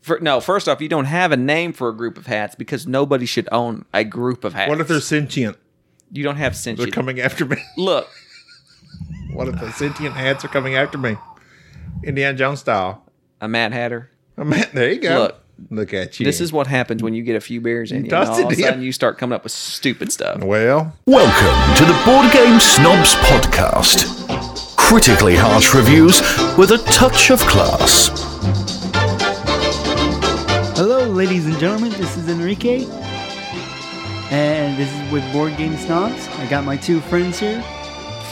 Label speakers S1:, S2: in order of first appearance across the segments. S1: For, no, first off, you don't have a name for a group of hats because nobody should own a group of hats.
S2: What if they're sentient?
S1: you don't have
S2: They're
S1: sentient?
S2: coming after me.
S1: Look,
S2: What if the sentient hats are coming after me? Indiana Jones style.
S1: a Mad Hatter.
S2: I mean, there you go.
S1: Look.
S2: Look at you.
S1: This is what happens when you get a few beers in you. And all
S2: Dusted
S1: of a sudden,
S2: him.
S1: you start coming up with stupid stuff.
S2: well.
S3: Welcome to the Board Game Snobs Podcast. Critically harsh reviews with a touch of class.
S4: Hello, ladies and gentlemen. This is Enrique, and this is with Board Game Snobs. I got my two friends here.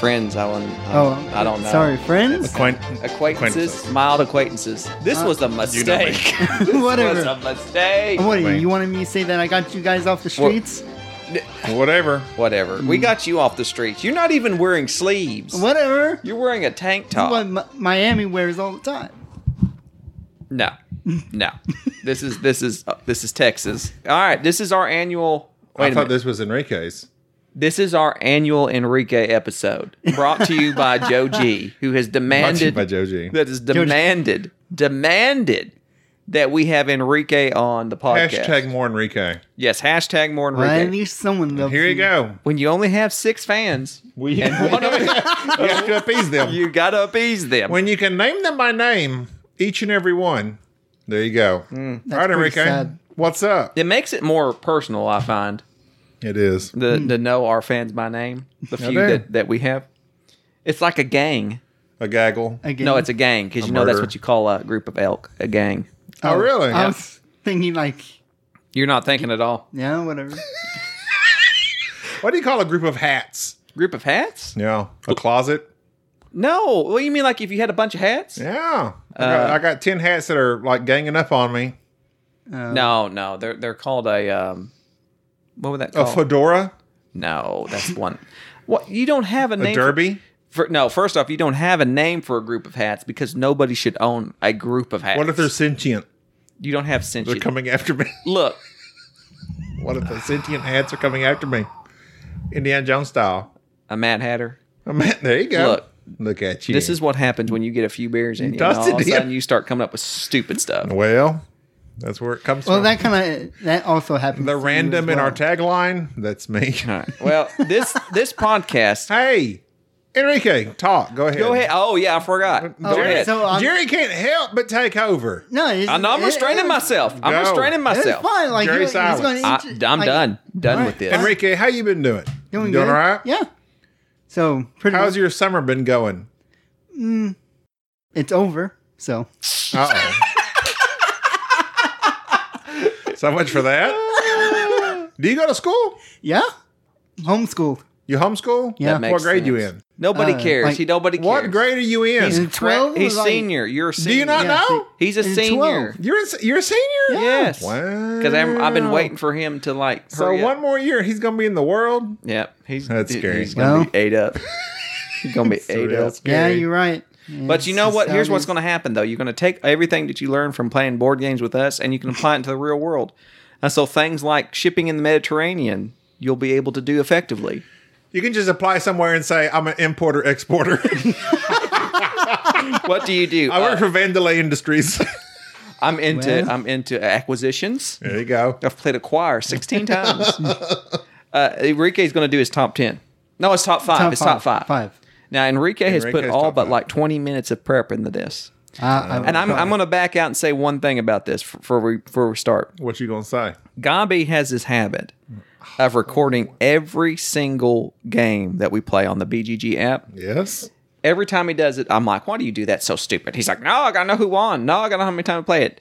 S1: Friends, I don't.
S4: Oh,
S1: I don't know.
S4: Sorry, friends.
S2: Quaint.
S1: acquaintances, mild acquaintances. This was a mistake. This was a
S4: Uh, Whatever.
S1: mistake.
S4: What are you?
S2: Wait.
S4: You wanted me to say that I got you guys off the
S1: Well-
S4: streets?
S2: Whatever.
S1: Whatever.
S4: Mm.
S1: We got you off the streets. You're not even wearing sleeves.
S4: Whatever.
S1: You're wearing a tank top.
S4: What Mi- Miami wears all the time.
S1: No, no. this is this is uh, this is Texas. All right, this is our annual. Wait
S2: I
S1: a
S2: thought
S1: minute. This-,
S2: this was Enrique's.
S1: is our annual Enrique episode, brought to you by Joe G, who has demanded
S2: by Joe G.
S1: that is demanded demanded that we have Enrique on the podcast.
S2: Hashtag more Enrique.
S1: yes, hashtag more
S4: Well,
S1: Enrique.
S4: at least someone loves
S2: Here you
S4: me.
S2: go.
S1: when you only have six fans,
S2: We and
S1: one of-
S2: you have to appease them.
S1: you gotta appease them.
S2: when you can name them by name, each and every one. There you go.
S1: Mm.
S2: All right,
S4: pretty
S2: Enrique.
S4: sad.
S2: What's up?
S1: it makes it more personal, I find,
S2: It is.
S1: the to know our fans by name, the few
S2: do.
S1: that, that we have. It's like a gang.
S2: A gaggle.
S4: Again.
S1: No, it's a gang because you know that's
S2: murder.
S1: what you call a group of elk, a gang.
S2: Oh, really?
S4: I was thinking like,
S1: You're not thinking at all.
S4: yeah, whatever.
S2: What do you call a group of hats?
S1: Group of hats?
S2: Yeah. A closet?
S1: No. What do you mean? Like if you had a bunch of hats?
S2: Yeah. I,
S1: Uh,
S2: got, I got 10 hats that are like ganging up on me.
S1: No, no. They're they're called a um. What would that
S2: A
S1: call?
S2: fedora?
S1: no, that's one. What you don't have a
S2: A
S1: name? for-
S2: derby?
S1: For, no, first off, you don't have a name for a group of hats because nobody should own a group of hats.
S2: What if they're sentient?
S1: you don't have
S2: They're
S1: sentient?
S2: coming after me.
S1: Look,
S2: What if the sentient hats are coming after me? Indiana Jones style.
S1: a Mad Hatter.
S2: I mean, there you go.
S1: Look.
S2: Look at you.
S1: This is what happens when you get a few beers in you. and
S2: Dusted
S1: all of a
S2: him.
S1: sudden, you start coming up with stupid stuff.
S2: well. That's where it comes
S4: Well,
S2: from.
S4: that kind of that also happens.
S2: the
S4: to you
S2: random
S4: as
S2: in our
S4: well.
S2: tagline. That's me.
S1: All right. Well, this this podcast.
S2: Hey, Enrique, talk. Go ahead.
S1: Go ahead. Oh yeah, I forgot. Go
S4: Jerry,
S1: ahead.
S4: so I'm-
S2: Jerry can't help but take over.
S4: No, it's,
S1: I know I'm
S4: it-
S1: restraining
S4: it-
S1: myself. I'm
S2: Go.
S1: restraining
S4: It's
S1: myself.
S4: fine. Like
S2: Jerry
S4: he- he's
S2: Silence.
S4: gonna
S1: I,
S4: intro-
S1: I'm
S4: like,
S1: done. Done
S4: All
S1: with
S4: right.
S1: this.
S2: Enrique, how you been doing? doing
S4: Doing, good.
S2: all right?
S4: Yeah. So pretty.
S2: How's
S4: How's
S2: your summer been going?
S4: it's over. So
S2: Uh oh. so much for that. Do you go to school?
S4: yeah, homeschooled.
S2: You homeschool?
S4: Yeah. That
S1: makes
S2: What grade you
S1: sense.
S2: in?
S1: Nobody
S4: Uh,
S1: cares.
S4: like-
S1: he nobody cares.
S2: What grade are you in?
S4: He's-
S1: Crap,
S4: 12
S1: He's
S4: was like-
S1: senior. You're a senior.
S2: Do you not know?
S1: He's a
S4: and
S1: senior.
S4: 12.
S2: You're in, you're a senior.
S1: Yes.
S2: Wow.
S1: Because I've been waiting for him to like.
S2: So
S1: hurry up.
S2: one more year, he's gonna be in the world.
S1: Yep. He's
S2: That's
S1: he-
S2: scary.
S1: He's gonna
S4: Well-
S1: be ate up. He's gonna be ate
S2: real
S1: up.
S2: scary.
S4: Yeah, you're right.
S1: But you know what? Here's what's going to happen though. You're going to take everything that you learn from playing board games with us, and you can apply it into the real world. And so things like shipping in the Mediterranean, you'll be able to do effectively.
S2: You can just apply somewhere and say I'm an importer exporter.
S1: What do you do?
S2: I work
S1: Uh,
S2: for Vandalay Industries.
S1: I'm into
S4: Well-
S1: I'm into acquisitions.
S2: there you go.
S1: I've played a choir 16 times. uh, Enrique's going to do his top 10. No, it's top five. it's top five.
S4: Five.
S1: Now Enrique, has put
S2: Enrique's
S1: all
S2: top
S1: but
S2: five.
S1: like 20 minutes of prep into this.
S4: Uh,
S1: And I'm, I'm going to back out and say one thing about this f- before we, before we start.
S2: What you gonna say?
S1: Gabi has this habit of recording every single game that we play on the BGG app.
S2: Yes.
S1: Every time he does it, I'm like, why do you do that? So stupid. He's like, no, I got to know who won. No, I got to know how many times I play it.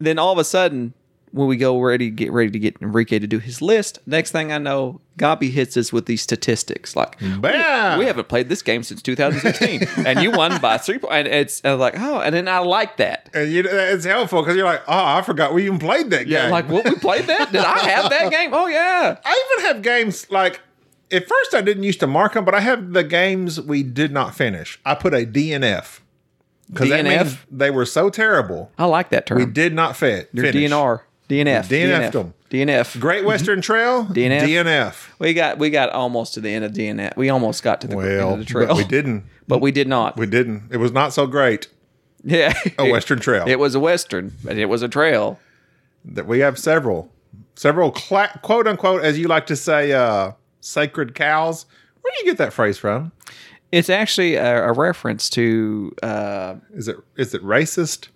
S1: Then all of a sudden, when we go ready to get ready to get Enrique to do his list, next thing I know, Gabi hits us with these statistics like,
S2: Bam.
S1: we haven't played this game since 2016, and you won by three points. And it's and I was like, oh, and then I like that.
S2: And you, it's helpful because you're like, oh, I forgot we even played that
S1: Yeah,
S2: game.
S1: like, what we played that? Did I have that game? Oh yeah.
S2: I even have games like. At first, I didn't used to mark them, but I have the games we did not finish. I put a DNF because that
S1: DNF?
S2: means they were so terrible
S1: I like that term.
S2: we did not fit.
S1: Your
S2: finish.
S1: DNR, DNF,
S2: DNF'd
S1: DNF,
S2: 'em.
S1: DNF.
S2: Great Western Trail,
S1: DNF.
S2: DNF.
S1: We got we got almost to the end of DNF. We almost got to the end
S2: Well,
S1: of the trail,
S2: but we didn't.
S1: but we Oh, did not.
S2: We didn't. It was not so great.
S1: Yeah.
S2: A Western Trail.
S1: It was a Western, but it was a trail.
S2: that we have several, several cla- quote unquote, as you like to say, uh, sacred cows. Where do you get that phrase from?
S1: It's actually a, a reference to. Uh,
S2: Is it is it racist?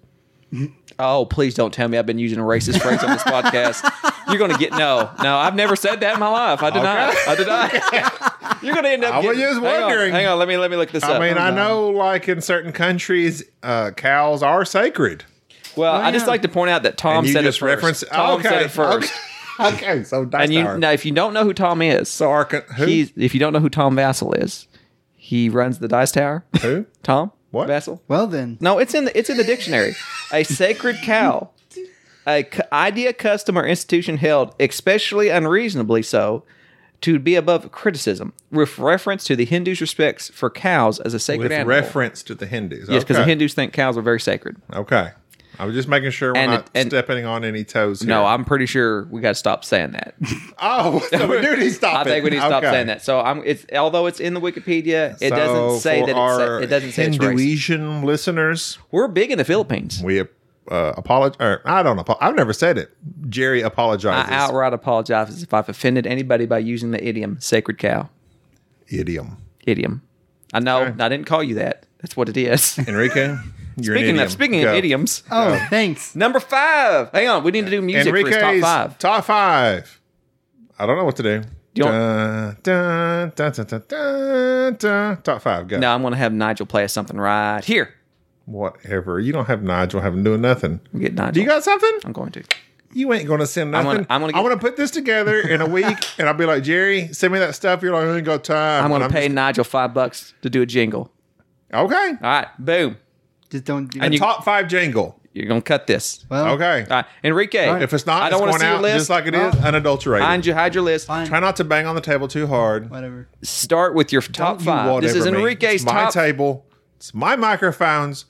S1: oh, please don't tell me I've been using a racist phrase on this podcast. You're going to get no, no. I've never said that in my life. I deny. it. I deny. it. You're going to end up.
S2: I was
S1: getting-
S2: just
S1: hang on,
S2: wondering.
S1: Hang on, let me let me look this
S2: I
S1: up.
S2: mean, I know like in certain countries, uh, cows are sacred.
S1: well, I just
S4: yeah.
S1: like to point out that Tom
S2: And you
S1: said
S2: just
S1: it first.
S2: reference
S1: Tom said it first.
S2: Okay, okay so that's
S1: And you
S2: our-
S1: now, if you don't know who Tom is,
S2: so our con- who?
S1: he's if you don't know who Tom Vassell is, he runs the Dice Tower.
S2: who?
S1: Tom
S2: What?
S1: Vassell?
S4: Well then,
S1: No, it's in the it's in the dictionary. a sacred cow, a c- idea, custom, or institution held, especially unreasonably so, to be above criticism, with reference to the Hindus' respects for cows as a sacred
S2: With
S1: animal.
S2: reference to the Hindus.
S1: yes, because
S2: okay.
S1: the Hindus think cows are very sacred.
S2: Okay. I was just making sure we're
S1: And
S2: not
S1: it- and-
S2: stepping on any toes. Here.
S1: No, I'm pretty sure we got to stop saying that.
S2: Oh, so we do need to stop
S1: I
S2: it.
S1: think we need to stop
S2: Okay.
S1: saying that. So I'm. It's although it's in the Wikipedia, it doesn't
S2: So
S1: say
S2: for
S1: that it's, sa-
S2: our
S1: it doesn't say it's racist.
S2: Hinduisian listeners,
S1: We're big in the Philippines.
S2: we uh, apologize. Or I don't know. I've never said it. Jerry apologizes.
S1: I outright apologize if I've offended anybody by using the idiom "sacred cow."
S2: Idiom.
S1: idiom. I know I didn't call you that. That's what it is.
S2: Enrique,
S1: speaking
S2: you're an idiom.
S1: of speaking
S2: Go.
S1: of idioms,
S4: oh thanks.
S1: number five. Hang on, we need to do music for his top
S2: Enrique's
S1: five.
S2: top five. I don't know what to do.
S1: you
S2: Dun, dun, dun, dun, dun, dun, dun. Top five. Go.
S1: Now I'm going to have Nigel play us something right here.
S2: Whatever. You don't have Nigel having doing nothing.
S1: I'm getting Nigel.
S2: Do you got something?
S1: I'm going to.
S2: You ain't gonna send
S1: I'm
S2: nothing.
S1: gonna- I'm gonna get-
S2: put this together in a week, and I'll be like Jerry, send me that stuff. You're like, I ain't got time.
S1: I'm going to
S2: And
S1: pay Nigel five bucks to do a jingle.
S2: just- okay.
S1: All right, boom.
S4: Just don't do
S1: And you-
S2: Top five jingle.
S1: You're going to cut this.
S4: well.
S2: Okay.
S1: All right, Enrique.
S2: If it's not,
S1: I don't
S2: it's
S1: want to
S2: going
S1: see your
S2: out
S1: list.
S2: just like it is, unadulterated.
S1: Hide your, hide your list.
S4: Fine.
S2: Try not to bang on the table too hard.
S4: Whatever.
S1: Start with your top
S2: You
S1: five. This
S2: whatever
S1: is
S2: me.
S1: Enrique's
S2: It's my
S1: top.
S2: table. It's my microphones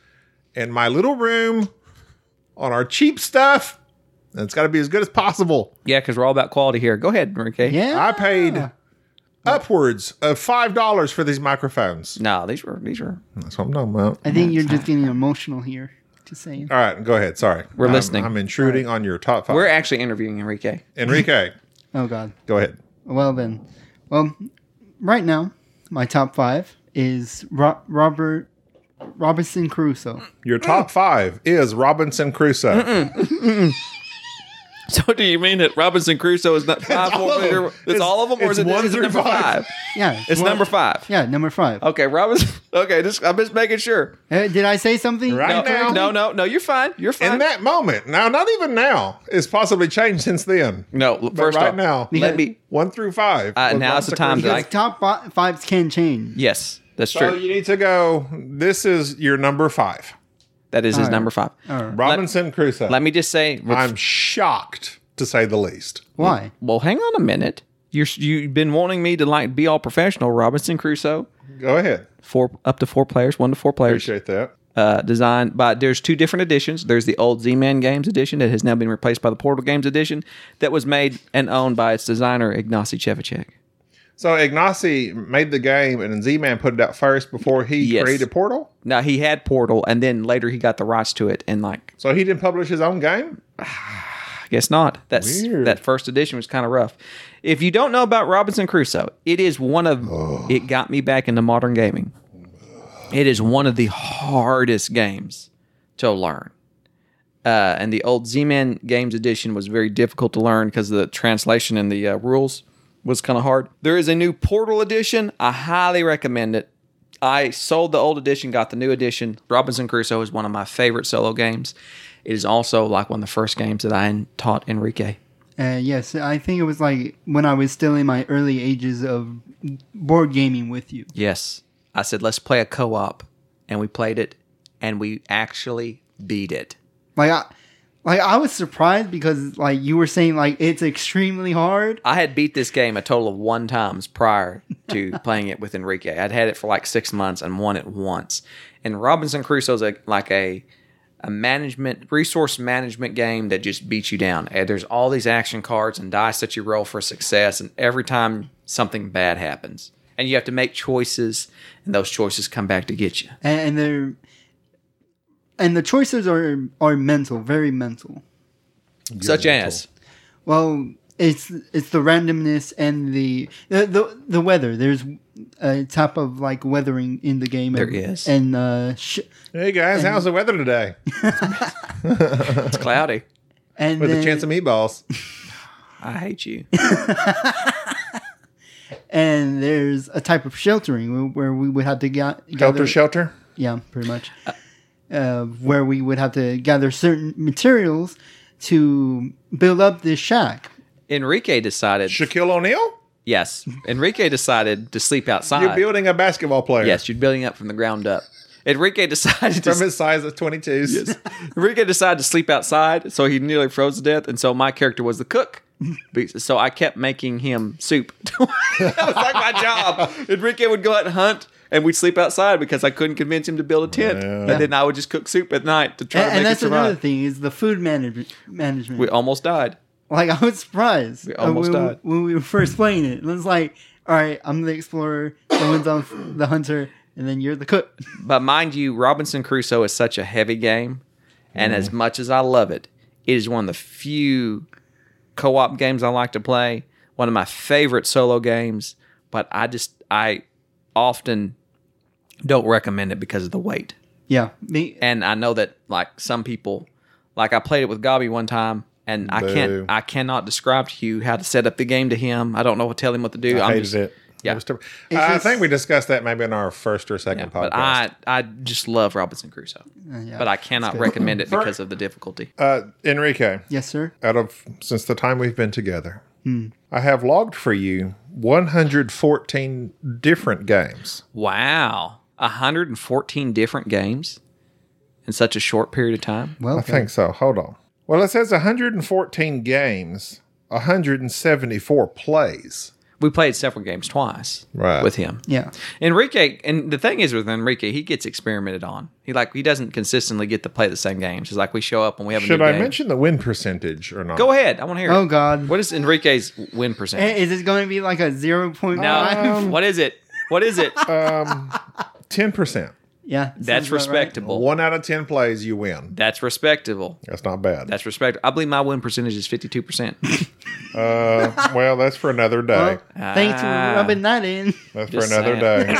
S2: and my little room on our cheap stuff. And it's got to be as good as possible.
S1: Yeah, because we're all about quality here. Go ahead, Enrique.
S4: Yeah.
S2: I paid upwards of five dollars for these microphones.
S1: No, these were these were.
S2: That's what I'm talking about.
S4: I think you're just getting emotional here. Just saying.
S2: All right, go ahead. Sorry.
S1: We're
S2: I'm-
S1: listening.
S2: I'm intruding on your top 5
S1: We're actually interviewing Enrique.
S2: Enrique,
S4: Oh God.
S2: go ahead.
S4: Well then, well, right now my top five is Ro- Robert Robinson Crusoe.
S2: Your
S1: Mm.
S2: top five is Robinson Crusoe.
S1: So do you mean that Robinson Crusoe is not five?
S2: all of
S1: four,
S2: them.
S1: it's, all of them, or
S2: It's-
S1: is it,
S2: it's one
S1: is it
S2: through
S1: number
S2: five.
S1: five?
S4: Yeah,
S1: It's
S4: one-
S1: number five.
S4: Yeah, number five.
S1: Okay, Robinson. Okay, just I'm just making sure.
S4: Uh, did I say something?
S2: Right
S1: No,
S2: now.
S1: no, no, no. You're fine. You're fine.
S2: In that moment, now not even now, it's possibly changed since then.
S1: no, first
S2: right
S1: off,
S2: now-
S1: let me.
S2: One through five.
S1: Uh,
S2: was
S1: now's the
S2: Robinson
S1: time
S2: Crusoe.
S1: that I-
S4: Because top fi- fives can change.
S1: Yes, that's
S2: So
S1: true.
S2: Oh, you need to go. This is your number five,
S1: That is his
S4: Alright.
S1: number five.
S4: Alright.
S2: Robinson Crusoe.
S1: Let me just say.
S2: I'm shocked to say the least.
S4: Why?
S1: well, hang on a minute. You're you've been wanting me to like be all professional. Robinson Crusoe,
S2: Go ahead.
S1: four up to four players, one to four players.
S2: Appreciate that.
S1: uh, designed by there's two different editions there's the old z-man games edition that has now been replaced by the portal games edition that was made and owned by its designer ignacy chevacek
S2: So Ignacy made the game, and Z Man put it out first before he
S1: Yes.
S2: created Portal.
S1: now he had portal and then later he got the rights to it and like
S2: So he didn't publish his own game.
S1: i guess not that's
S2: Weird.
S1: that first edition was kind of rough if you don't know about robinson crusoe it is one of it got me back into modern gaming it is one of the hardest games to learn uh, and the old z-man games edition was very difficult to learn because the translation and the uh, rules was kind of hard there is a new portal edition i highly recommend it i sold the old edition got the new edition robinson crusoe is one of my favorite solo games it is also like one of the first games that i taught enrique
S4: Uh, yes, I think it was like when I was still in my early ages of board gaming with you.
S1: yes i said let's play a co-op and we played it and we actually beat it
S4: Like I, like I was surprised because like you were saying like it's extremely hard.
S1: I had beat this game a total of one times prior to playing it with Enrique. I'd had it for like six months and won it once. And Robinson Crusoe's a, like a a management resource management game that just beats you down. And There's all these action cards and dice that you roll for success, and every time something bad happens, and you have to make choices, and those choices come back to get you.
S4: and, and they're and the choices are are mental, very mental.
S1: Such as
S4: Well, it's it's the randomness and the the the, the weather. There's a type of like weathering in the game.
S1: There
S4: and,
S1: is.
S4: and uh, sh-
S2: Hey guys, how's the weather today?
S1: it's cloudy.
S4: and
S2: With
S4: then,
S2: a chance of meatballs.
S1: I hate you.
S4: and there's a type of sheltering where we would have to ga- gather
S2: Shelter, shelter.
S4: Yeah, pretty much. Uh, where we would have to gather certain materials to build up this shack.
S1: Enrique decided.
S2: Shaquille O'Neal?
S1: yes, Enrique decided to sleep
S2: You're
S1: outside.
S2: building a basketball player.
S1: Uh, yes, you're building up from the ground up. Enrique decided to
S2: From his size of 22s.
S1: Enrique decided to sleep outside, so he nearly froze to death, and so my character was the cook. Be- So I kept making him soup. that was like my job. Enrique would go out and hunt, and we'd sleep outside because I couldn't convince him to build a tent. And then I would just cook soup at night to try
S4: And,
S1: to make
S4: and that's
S1: it survive.
S4: another thing is the food manage- management.
S1: We almost died.
S4: like I was surprised
S1: We
S4: uh,
S1: almost
S4: when,
S1: died.
S4: when we were first playing it. It was like, all right, I'm the explorer, someone's on the hunter, and then you're the cook.
S1: But mind you, Robinson Crusoe is such a heavy game, and as
S2: Mm-hmm.
S1: much as I love it, it is one of the few co-op games I like to play. One of my favorite solo games, but I just I often don't recommend it because of the weight.
S4: Yeah, me.
S1: And I know that like some people, like I played it with Gobby one time. And I
S2: Boo.
S1: can't, I cannot describe to you how to set up the game to him. I don't know what to tell him what to do.
S2: I
S1: I'm
S2: hated
S1: just-
S2: it.
S1: yeah.
S2: It was terrible. I
S4: just-
S2: think we discussed that maybe in our first or second
S1: Yeah,
S2: podcast.
S1: but I, I just love Robinson Crusoe.
S4: uh, yeah.
S1: But I cannot recommend it because of the difficulty.
S2: uh, Enrique,
S4: yes, sir.
S2: out of since the time we've been together, I have logged for you 114 different games.
S1: Wow. 114 different games in such a short period of time.
S4: Well,
S2: I think so. Hold on. Well, it says 114 games, 174 plays.
S1: We played several games twice
S2: Right.
S1: with him.
S4: yeah,
S1: Enrique, and the thing is with Enrique, he gets experimented on. He like he doesn't consistently get to play the same games. It's like we show up and we have a
S2: Should
S1: new
S2: I
S1: game.
S2: mention the win percentage or not?
S1: Go ahead. I want to hear.
S4: Oh,
S1: it.
S4: God.
S1: What is Enrique's win
S4: Eh,
S1: percentage?
S4: is this going to be like a zero point five?
S1: no. what is it? What is it?
S2: 10%.
S4: yeah,
S1: That's
S4: sounds about right.
S1: respectable.
S2: One out of 10 plays, you win.
S1: That's respectable.
S2: That's not bad.
S1: That's respectable. I believe my win percentage is 52%.
S2: Uh, well, that's for another day.
S4: Well, thanks for
S1: Ah.
S4: rubbing that in.
S2: That's for
S1: Just
S2: another day.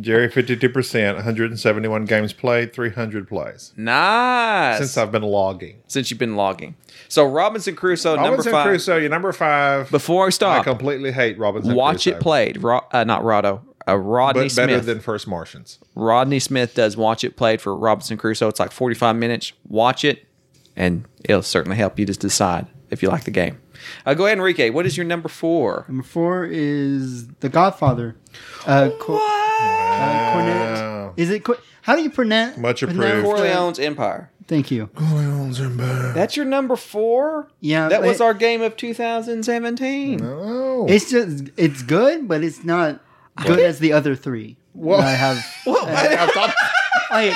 S2: Jerry, 52%, 171 games played, 300 plays
S1: nice.
S2: since I've been logging.
S1: since you've been logging. So Robinson Crusoe number
S2: Robinson
S1: five.
S2: Crusoe, you're number five.
S1: Before I
S2: I
S1: stop,
S2: completely hate Robinson
S1: watch
S2: Crusoe,
S1: it played. Ro- uh, not Rado. Uh, Rodney
S2: But better
S1: Smith.
S2: than First Martians.
S1: Rodney Smith does watch it played for Robinson Crusoe. It's like forty five minutes. Watch it, and it'll certainly help you just decide if you like the game. Uh, go ahead, Enrique. What is your number four?
S4: Number four is The Godfather. Uh, Cor- uh, Cornette.
S2: Wow.
S4: Is it? Cor- How do you pronounce?
S2: Much
S4: pronounce
S2: approved.
S4: the-
S1: Corleone's Empire.
S4: Thank you.
S1: That's your number four.
S4: Yeah,
S1: that was
S4: but-
S1: our game of 2017.
S2: Oh.
S4: It's just it's good, but it's not good as the other three.
S2: Whoa.
S4: that I have.
S2: That's how top-
S4: I,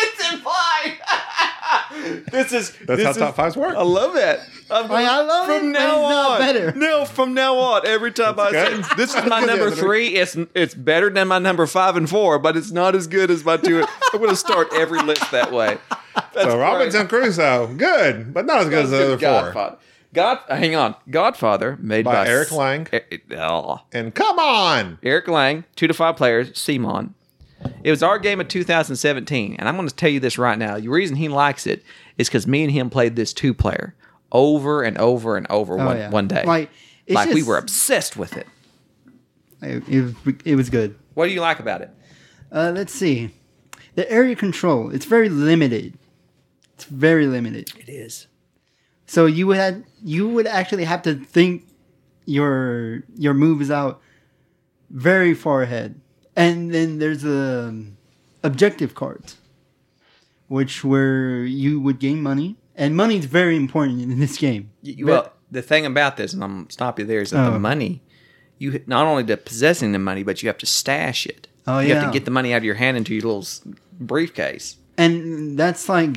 S1: This is
S2: that's
S1: this
S2: how
S1: is- Oh,
S2: top fives work.
S1: I love it. I'm
S4: Like, I love
S1: from
S4: it, but
S1: now
S4: it's not
S1: on.
S4: better.
S1: No, from now on, every time I
S2: good.
S1: say this is my
S2: Good
S1: number
S2: answer.
S1: three, it's it's better than my number five and four, but it's not as good as my two. I'm going to start every list that way. That's
S2: So Robinson Crusoe, good, but not as good as the other four.
S1: Godfather. God, hang on. Godfather made by,
S2: By Eric
S1: S-
S2: Lang.
S1: E- oh.
S2: And come on.
S1: Eric Lang, two to five players, Simon. It was our game of 2017, and I'm going to tell you this right now. The reason he likes it is because me and him played this two player over and over and over one
S4: Oh, yeah.
S1: one day.
S4: Like, it's
S1: Like, we
S4: just-
S1: were obsessed with it.
S4: I- it, it was good.
S1: What do you like about it?
S4: Uh, let's see. The area control. It's very limited. It's very limited.
S1: It is.
S4: So you would have, you would actually have to think your your moves out very far ahead. And then there's the um, objective cards, which where you would gain money, and money's very important in this game.
S1: well, the thing about this, and I'm gonna stop you there, is that the
S4: Oh.
S1: money, you not only the possessing the money, but you have to stash it.
S4: Oh,
S1: you have
S4: yeah.
S1: to get the money out of your hand into your little s- briefcase.
S4: and that's like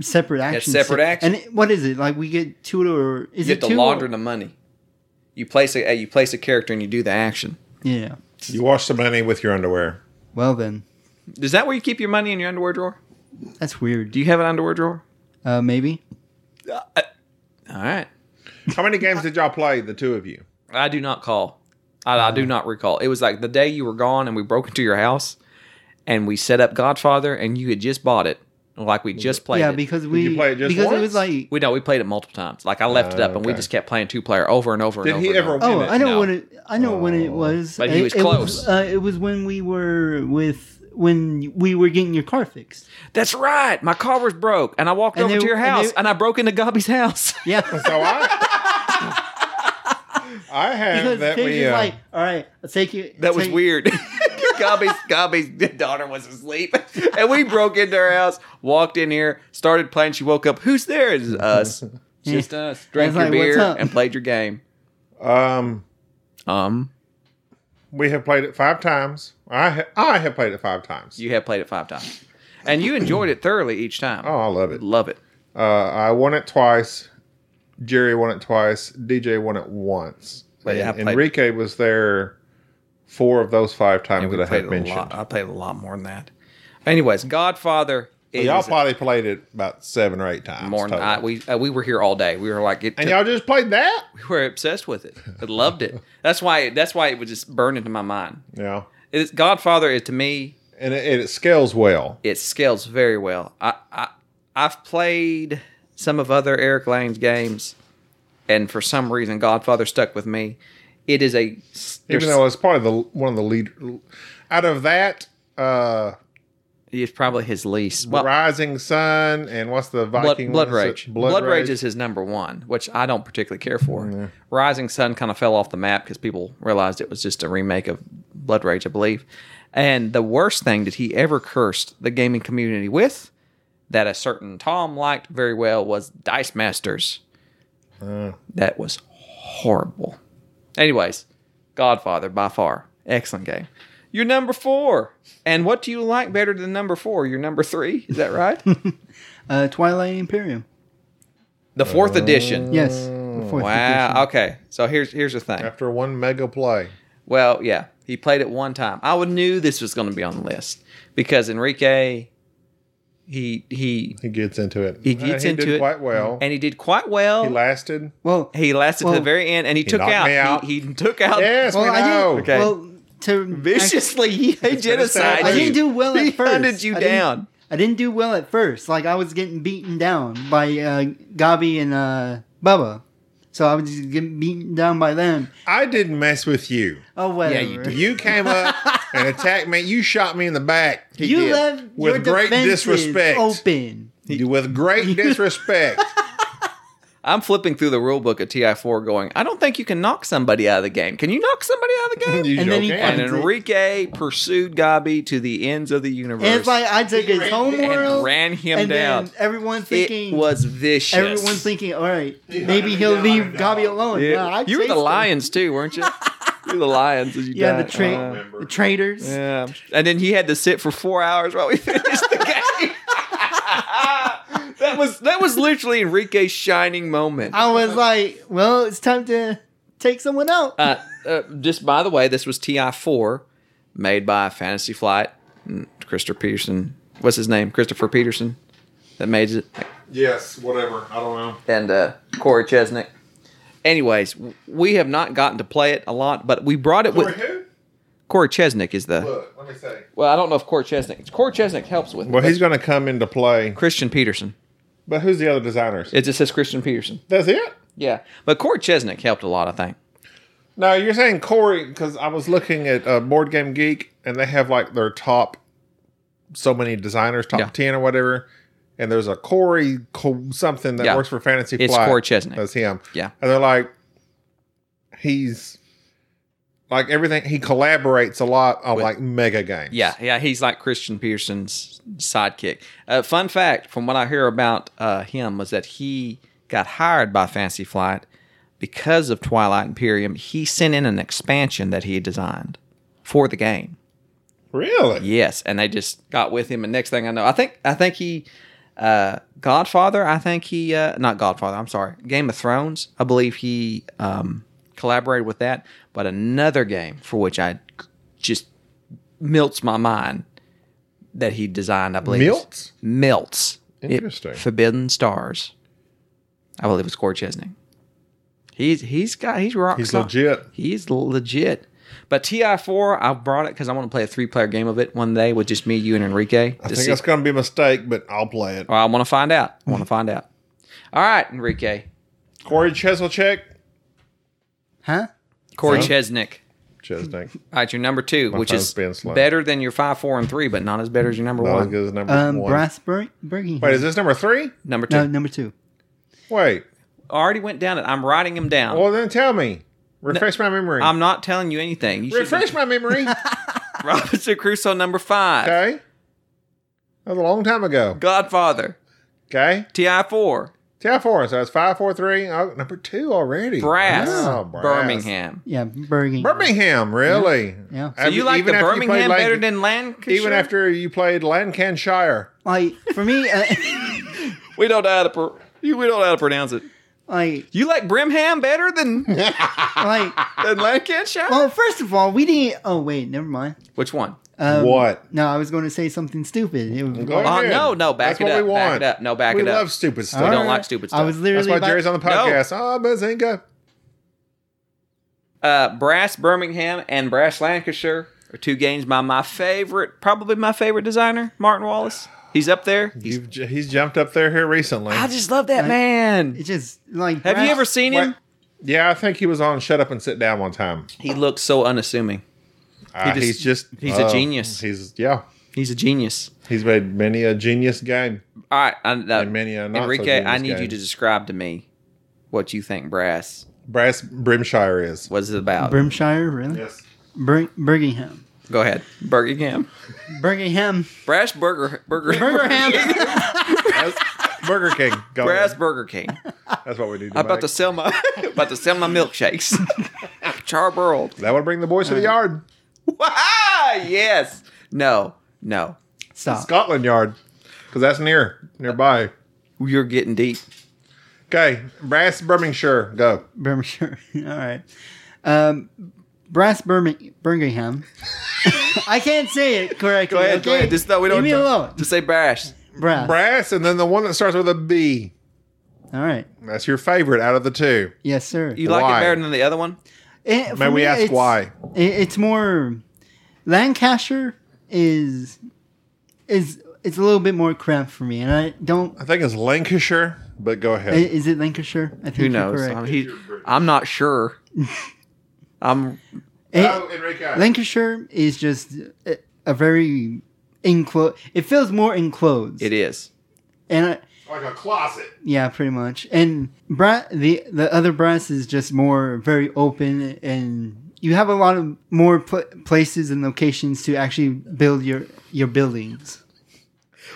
S4: separate actions.
S1: separate actions.
S4: And it- what is it like? We get two or is
S1: You
S4: it
S1: have to
S4: two?
S1: launder
S4: or-
S1: the money. You place a you place a character and you do the action.
S4: Yeah.
S2: You wash the money with your underwear.
S4: Well then,
S1: Is that where you keep your money in your underwear drawer?
S4: That's weird.
S1: Do you have an underwear drawer?
S4: Uh, maybe.
S1: All right.
S2: How many games did y'all play, the two of you?
S1: I do not call. I, I
S4: Uh.
S1: do not recall. It was like the day you were gone and we broke into your house and we set up Godfather and you had just bought it. Like we just played
S4: yeah,
S1: it.
S4: because we
S2: play it just
S4: because it
S2: once?
S4: was like
S1: we know we played it multiple times. Like I left it up and we
S2: okay.
S1: just kept playing two player over and over
S2: Did
S1: and over.
S2: he
S1: and
S2: ever
S1: over.
S4: oh
S2: win it?
S4: I know
S1: No. Oh.
S4: when it I know when it was.
S1: But he
S4: It-
S1: was
S4: it
S1: close.
S4: uh, it was when we were with when we were getting your car fixed.
S1: That's right. My car was broke and I walked
S4: And
S1: over
S4: they-
S1: to your
S4: and
S1: house and,
S4: they-
S1: I broke into Gobby's house.
S4: Yeah.
S2: So I, I have
S4: Because
S2: that
S4: Paige
S2: we.
S4: was
S2: uh,
S4: like, all right, I'll take you.
S1: That was
S4: take-
S1: weird. Gobby's Gobby's daughter was asleep, and we broke into her house, walked in here, started playing. She woke up. Who's there? It's us. Just us. Drank
S4: was
S1: your
S4: like, "What's
S1: beer
S4: up?"
S1: and played your game.
S2: um,
S1: Um,
S2: we have played it five times. I ha- I have played it five times.
S1: you have played it five times, and you enjoyed it thoroughly each time.
S2: Oh, I love it.
S1: love it.
S2: Uh, I won it twice. Jerry won it twice. DJ won it once.
S1: But yeah, I
S2: And
S1: played-
S2: Enrique was there four of those five times that I
S1: played
S2: had
S1: it a
S2: mentioned.
S1: lot. I played a lot more than that. Anyways, Godfather is
S2: Oh, Y'all probably played it about seven or eight times.
S1: more. Than
S2: total.
S1: I, we uh, we were here all day. We were like, it
S2: and
S1: took-
S2: y'all just played that?
S1: we were obsessed with it. I loved it. That's why. That's why it would just burn into my mind.
S2: Yeah.
S1: It's Godfather is to me
S2: And it, and it scales well.
S1: it scales very well. I, I I've played some of other Eric Lane's games, and for some reason, Godfather stuck with me. It is a
S2: Even though it's probably the one of the lead out of that, uh
S1: it's probably his least. Well,
S2: Rising Sun and what's the
S1: Blood,
S2: Viking
S1: Blood
S2: one? Is it
S1: Rage. uh, Blood, Rage. is his number one, which I don't particularly care for. Rising Sun kind of fell off the map because people realized it was just a remake of Blood Rage, I believe. And the worst thing that he ever cursed the gaming community with, that a certain Tom liked very well, was Dice Masters. Uh. That was horrible. Anyways, Godfather by far. Excellent game. You're number four. And what do you like better than number four? You're number three. Is that right?
S4: Uh, Twilight Imperium.
S1: The fourth edition.
S4: Yes. the fourth edition.
S1: Oh, Wow. Okay. So here's here's the thing.
S2: after one mega play.
S1: Well, yeah, he played it one time. I would knew this was going to be on the list because Enrique, he he
S2: He gets into it.
S1: he gets
S2: And Uh, he
S1: into
S2: did
S1: it
S2: quite well.
S1: and he did quite well.
S2: he
S1: He,
S2: lasted.
S4: Well,
S1: lasted to
S4: Well,
S1: the very end, and he, took
S2: knocked
S1: out,
S2: me out.
S1: He, he took out
S2: Yes,
S4: Um, well,
S2: we
S4: I
S2: know.
S4: didn't.
S1: Okay.
S4: Well, to
S1: viciously. He genocide.
S4: I
S2: Dude,
S4: didn't do well
S1: He
S4: at first.
S1: hunted you
S4: I didn't-
S1: down.
S4: I didn't do well at first. Like I was getting beaten down by uh, Gabi and uh, Bubba, so I was just getting beaten down by them.
S2: I didn't mess with you.
S4: Oh whatever.
S1: you did.
S2: You came up and attacked me. You shot me in the back.
S4: You
S1: did.
S4: left
S2: With
S4: your
S2: great
S4: defenses
S2: disrespect.
S4: open.
S2: You- with great disrespect.
S1: I'm flipping through the rule book of TI4, going, I don't think you can knock somebody out of the game. Can you knock somebody out of the game?
S2: You
S4: And then he
S2: joking?
S1: and
S4: finds-
S1: Enrique pursued Gabi to the ends of the universe.
S4: And it's like I took his homeworld
S1: and ran him
S4: and
S1: down.
S4: Then everyone
S1: it
S4: thinking
S1: was vicious.
S4: Everyone's thinking, all right, maybe he'll leave Gabi alone.
S1: Yeah.
S4: No, I
S1: you were
S4: chased
S1: the
S4: him.
S1: lions too, weren't you? you were the lions. As you
S4: Yeah, the,
S1: died.
S4: tra-
S1: Uh,
S4: the traitors.
S1: yeah, and then he had to sit for four hours while we finished the game. that was that was literally Enrique's shining moment.
S4: I was like, well, it's time to take someone out.
S1: Uh, uh, just by the way, this was Ti four, made by Fantasy Flight. Mm, Christopher Peterson, what's his name? Christopher Peterson, that made it.
S2: yes, whatever. I don't know.
S1: and uh, Corey Chesnick. Anyways, w- we have not gotten to play it a lot, but we brought it with
S2: who?
S1: Corey Chesnick is the.
S2: Look, let me say.
S1: Well, I don't know if Corey Chesnick. Corey Chesnick helps with. it,
S2: Well,
S1: but
S2: he's going to come into play.
S1: Christian Peterson.
S2: But who's the other designers?
S1: It just says Christian Peterson.
S2: That's it?
S1: Yeah, but Corey Chesnick helped a lot. I think.
S2: No, you're saying Corey because I was looking at uh, Board Game Geek and they have like their top so many designers, top
S1: Yeah.
S2: ten or whatever. And there's a Corey Co- something that
S1: Yeah.
S2: works for Fantasy
S1: It's
S2: Flight.
S1: Corey Chesnick.
S2: That's him.
S1: Yeah.
S2: and they're like, he's like everything. He collaborates a lot on like mega games.
S1: Yeah, yeah, he's like Christian Peterson's sidekick. Uh, fun fact, from what I hear about uh, him, was that he got hired by Fancy Flight because of Twilight Imperium. He sent in an expansion that he had designed for the game.
S2: really.
S1: Yes, and they just got with him. And next thing I know, I think I think he, uh, Godfather. I think he uh, not Godfather. I'm sorry, Game of Thrones. I believe he um, collaborated with that. But another game for which I just melts my mind that he designed, I believe.
S2: Milts?
S1: Milts. It-
S2: Interesting.
S1: Forbidden Stars. I believe it's Corey Chesney. He's he's got he's rock
S2: He's
S1: solid.
S2: legit.
S1: He's legit. But TI4, I brought it because I want to play a three player game of it one day with just me, you, and Enrique.
S2: I
S1: to
S2: think
S1: see- Oh.
S2: that's Mm-hmm. going to be a mistake, but I'll play it.
S1: Well, I want to find out. I want to find out. All right, Enrique.
S2: Corey Cheselcheck.
S4: Huh?
S1: Corey
S2: So?
S1: Chesnick.
S2: Chesnick.
S1: All right, your number two, which
S2: phone's
S1: is
S2: being slow.
S1: better than your five, four, and three, but not as better as your number
S2: Not as
S1: one.
S2: good as number
S4: Um,
S2: one.
S4: Brass Bur- Burger.
S2: Wait, is this number three?
S1: Number two.
S4: no number two?
S2: Wait.
S1: I already went down it. I'm writing them down.
S2: Well, then tell me. Refresh my memory.
S1: I'm not telling you anything. You should-
S2: Refresh my memory.
S1: Robinson Crusoe number five.
S2: Okay. That was a long time ago.
S1: Godfather.
S2: Okay.
S1: TI4.
S2: Tap four. So it's five, four, three. Oh, number two already.
S1: Brass.
S2: Wow, Ah, Brass.
S1: Birmingham.
S4: Yeah, Burger.
S2: Birmingham, really?
S4: Yeah.
S1: So you like the
S2: even after you played
S1: Birmingham
S2: Lan-
S1: better than Lancashire?
S2: even after you played Lancashire.
S4: Like for me, uh,
S1: we don't know how to pro- you- we don't know how to pronounce it.
S4: like
S1: You like Brimham better than, than
S4: like.
S1: Lancashire?
S4: Well, first of all, we didn't. Oh wait, never mind.
S1: Which one?
S4: Um,
S2: what?
S4: No, I was going to say something stupid. It was,
S1: Oh,
S2: Go ahead.
S1: no, no, back
S2: That's
S1: it
S2: what
S1: up,
S2: We
S1: back it
S2: want.
S1: up. No, back
S2: we
S1: it up.
S2: love stupid stuff.
S1: We
S4: All
S1: don't like stupid
S4: I
S1: stuff.
S4: was
S2: That's
S4: literally.
S2: why
S4: about-
S2: Jerry's on the
S1: No.
S2: podcast. Oh, Bazinga.
S1: Uh, Brass Birmingham and Brass Lancashire are two games by my favorite, probably my favorite designer, Martin Wallace. He's up there. He's,
S2: You've, j- he's jumped up there here recently.
S1: I just love that man.
S4: It's just like.
S1: Have you
S4: Brass-
S1: ever seen him?
S2: Wait. Yeah, I think he was on Shut Up and Sit Down one time.
S1: He looks so unassuming.
S2: Uh,
S1: just-
S2: he's just.
S1: he's a
S2: uh,
S1: genius.
S2: He's, yeah.
S1: He's a genius.
S2: He's made many a genius game.
S1: All right, I, uh,
S2: And many are not so
S1: Enrique,
S2: good in
S1: I
S2: this
S1: need
S2: game.
S1: you to describe to me what you think Brass
S2: Brass Brimshire is.
S1: was about.
S4: Brimshire? Really?
S2: Yes.
S4: Bur- Birmingham.
S1: Go ahead, Birmingham.
S4: Birmingham.
S1: Brass Burger Burger
S4: Birmingham.
S2: That's Burger King. Go
S1: Brass
S2: ahead.
S1: Burger King.
S2: That's what we need to
S1: I'm about
S2: make.
S1: to sell my about to sell my milkshakes. Charboiled.
S2: That would bring the boys to the yard.
S1: Ah, yes. No, no.
S4: Stop.
S2: Scotland Yard. Because that's near, nearby.
S1: You're getting deep.
S2: Okay. Brass Birmingham. Go.
S4: Birmingham. All right. Um, Brass Birmingham. Birmingham. I can't say it correctly.
S1: Go ahead,
S4: okay?
S1: go ahead. Just, no, we don't,
S4: Leave me alone.
S1: Just say brash.
S4: Brass.
S2: Brass, and then the one that starts with a B.
S4: All right.
S2: That's your favorite out of the two.
S4: Yes, sir.
S1: You like
S2: Why?
S1: it better than the other one?
S4: Eh, for
S2: May we
S4: me,
S2: ask
S4: it's-
S2: why?
S4: i- It's more Lancaster is is it's a little bit more cramped for me, and I don't.
S2: I think it's Lancashire, but go
S4: i-
S2: ahead.
S4: Is it Lancashire? I think
S1: Who
S4: you're
S1: knows?
S4: correct.
S1: I'm, he, I'm not sure. I'm
S4: Eh,
S2: Oh, Enrique.
S4: Lancashire is just a, a very enclosed. It feels more enclosed.
S1: it is.
S4: and I,
S2: like a closet.
S4: yeah, pretty much. And bra- the the other brass is just more very open, and you have a lot of more pl- places and locations to actually build your your buildings.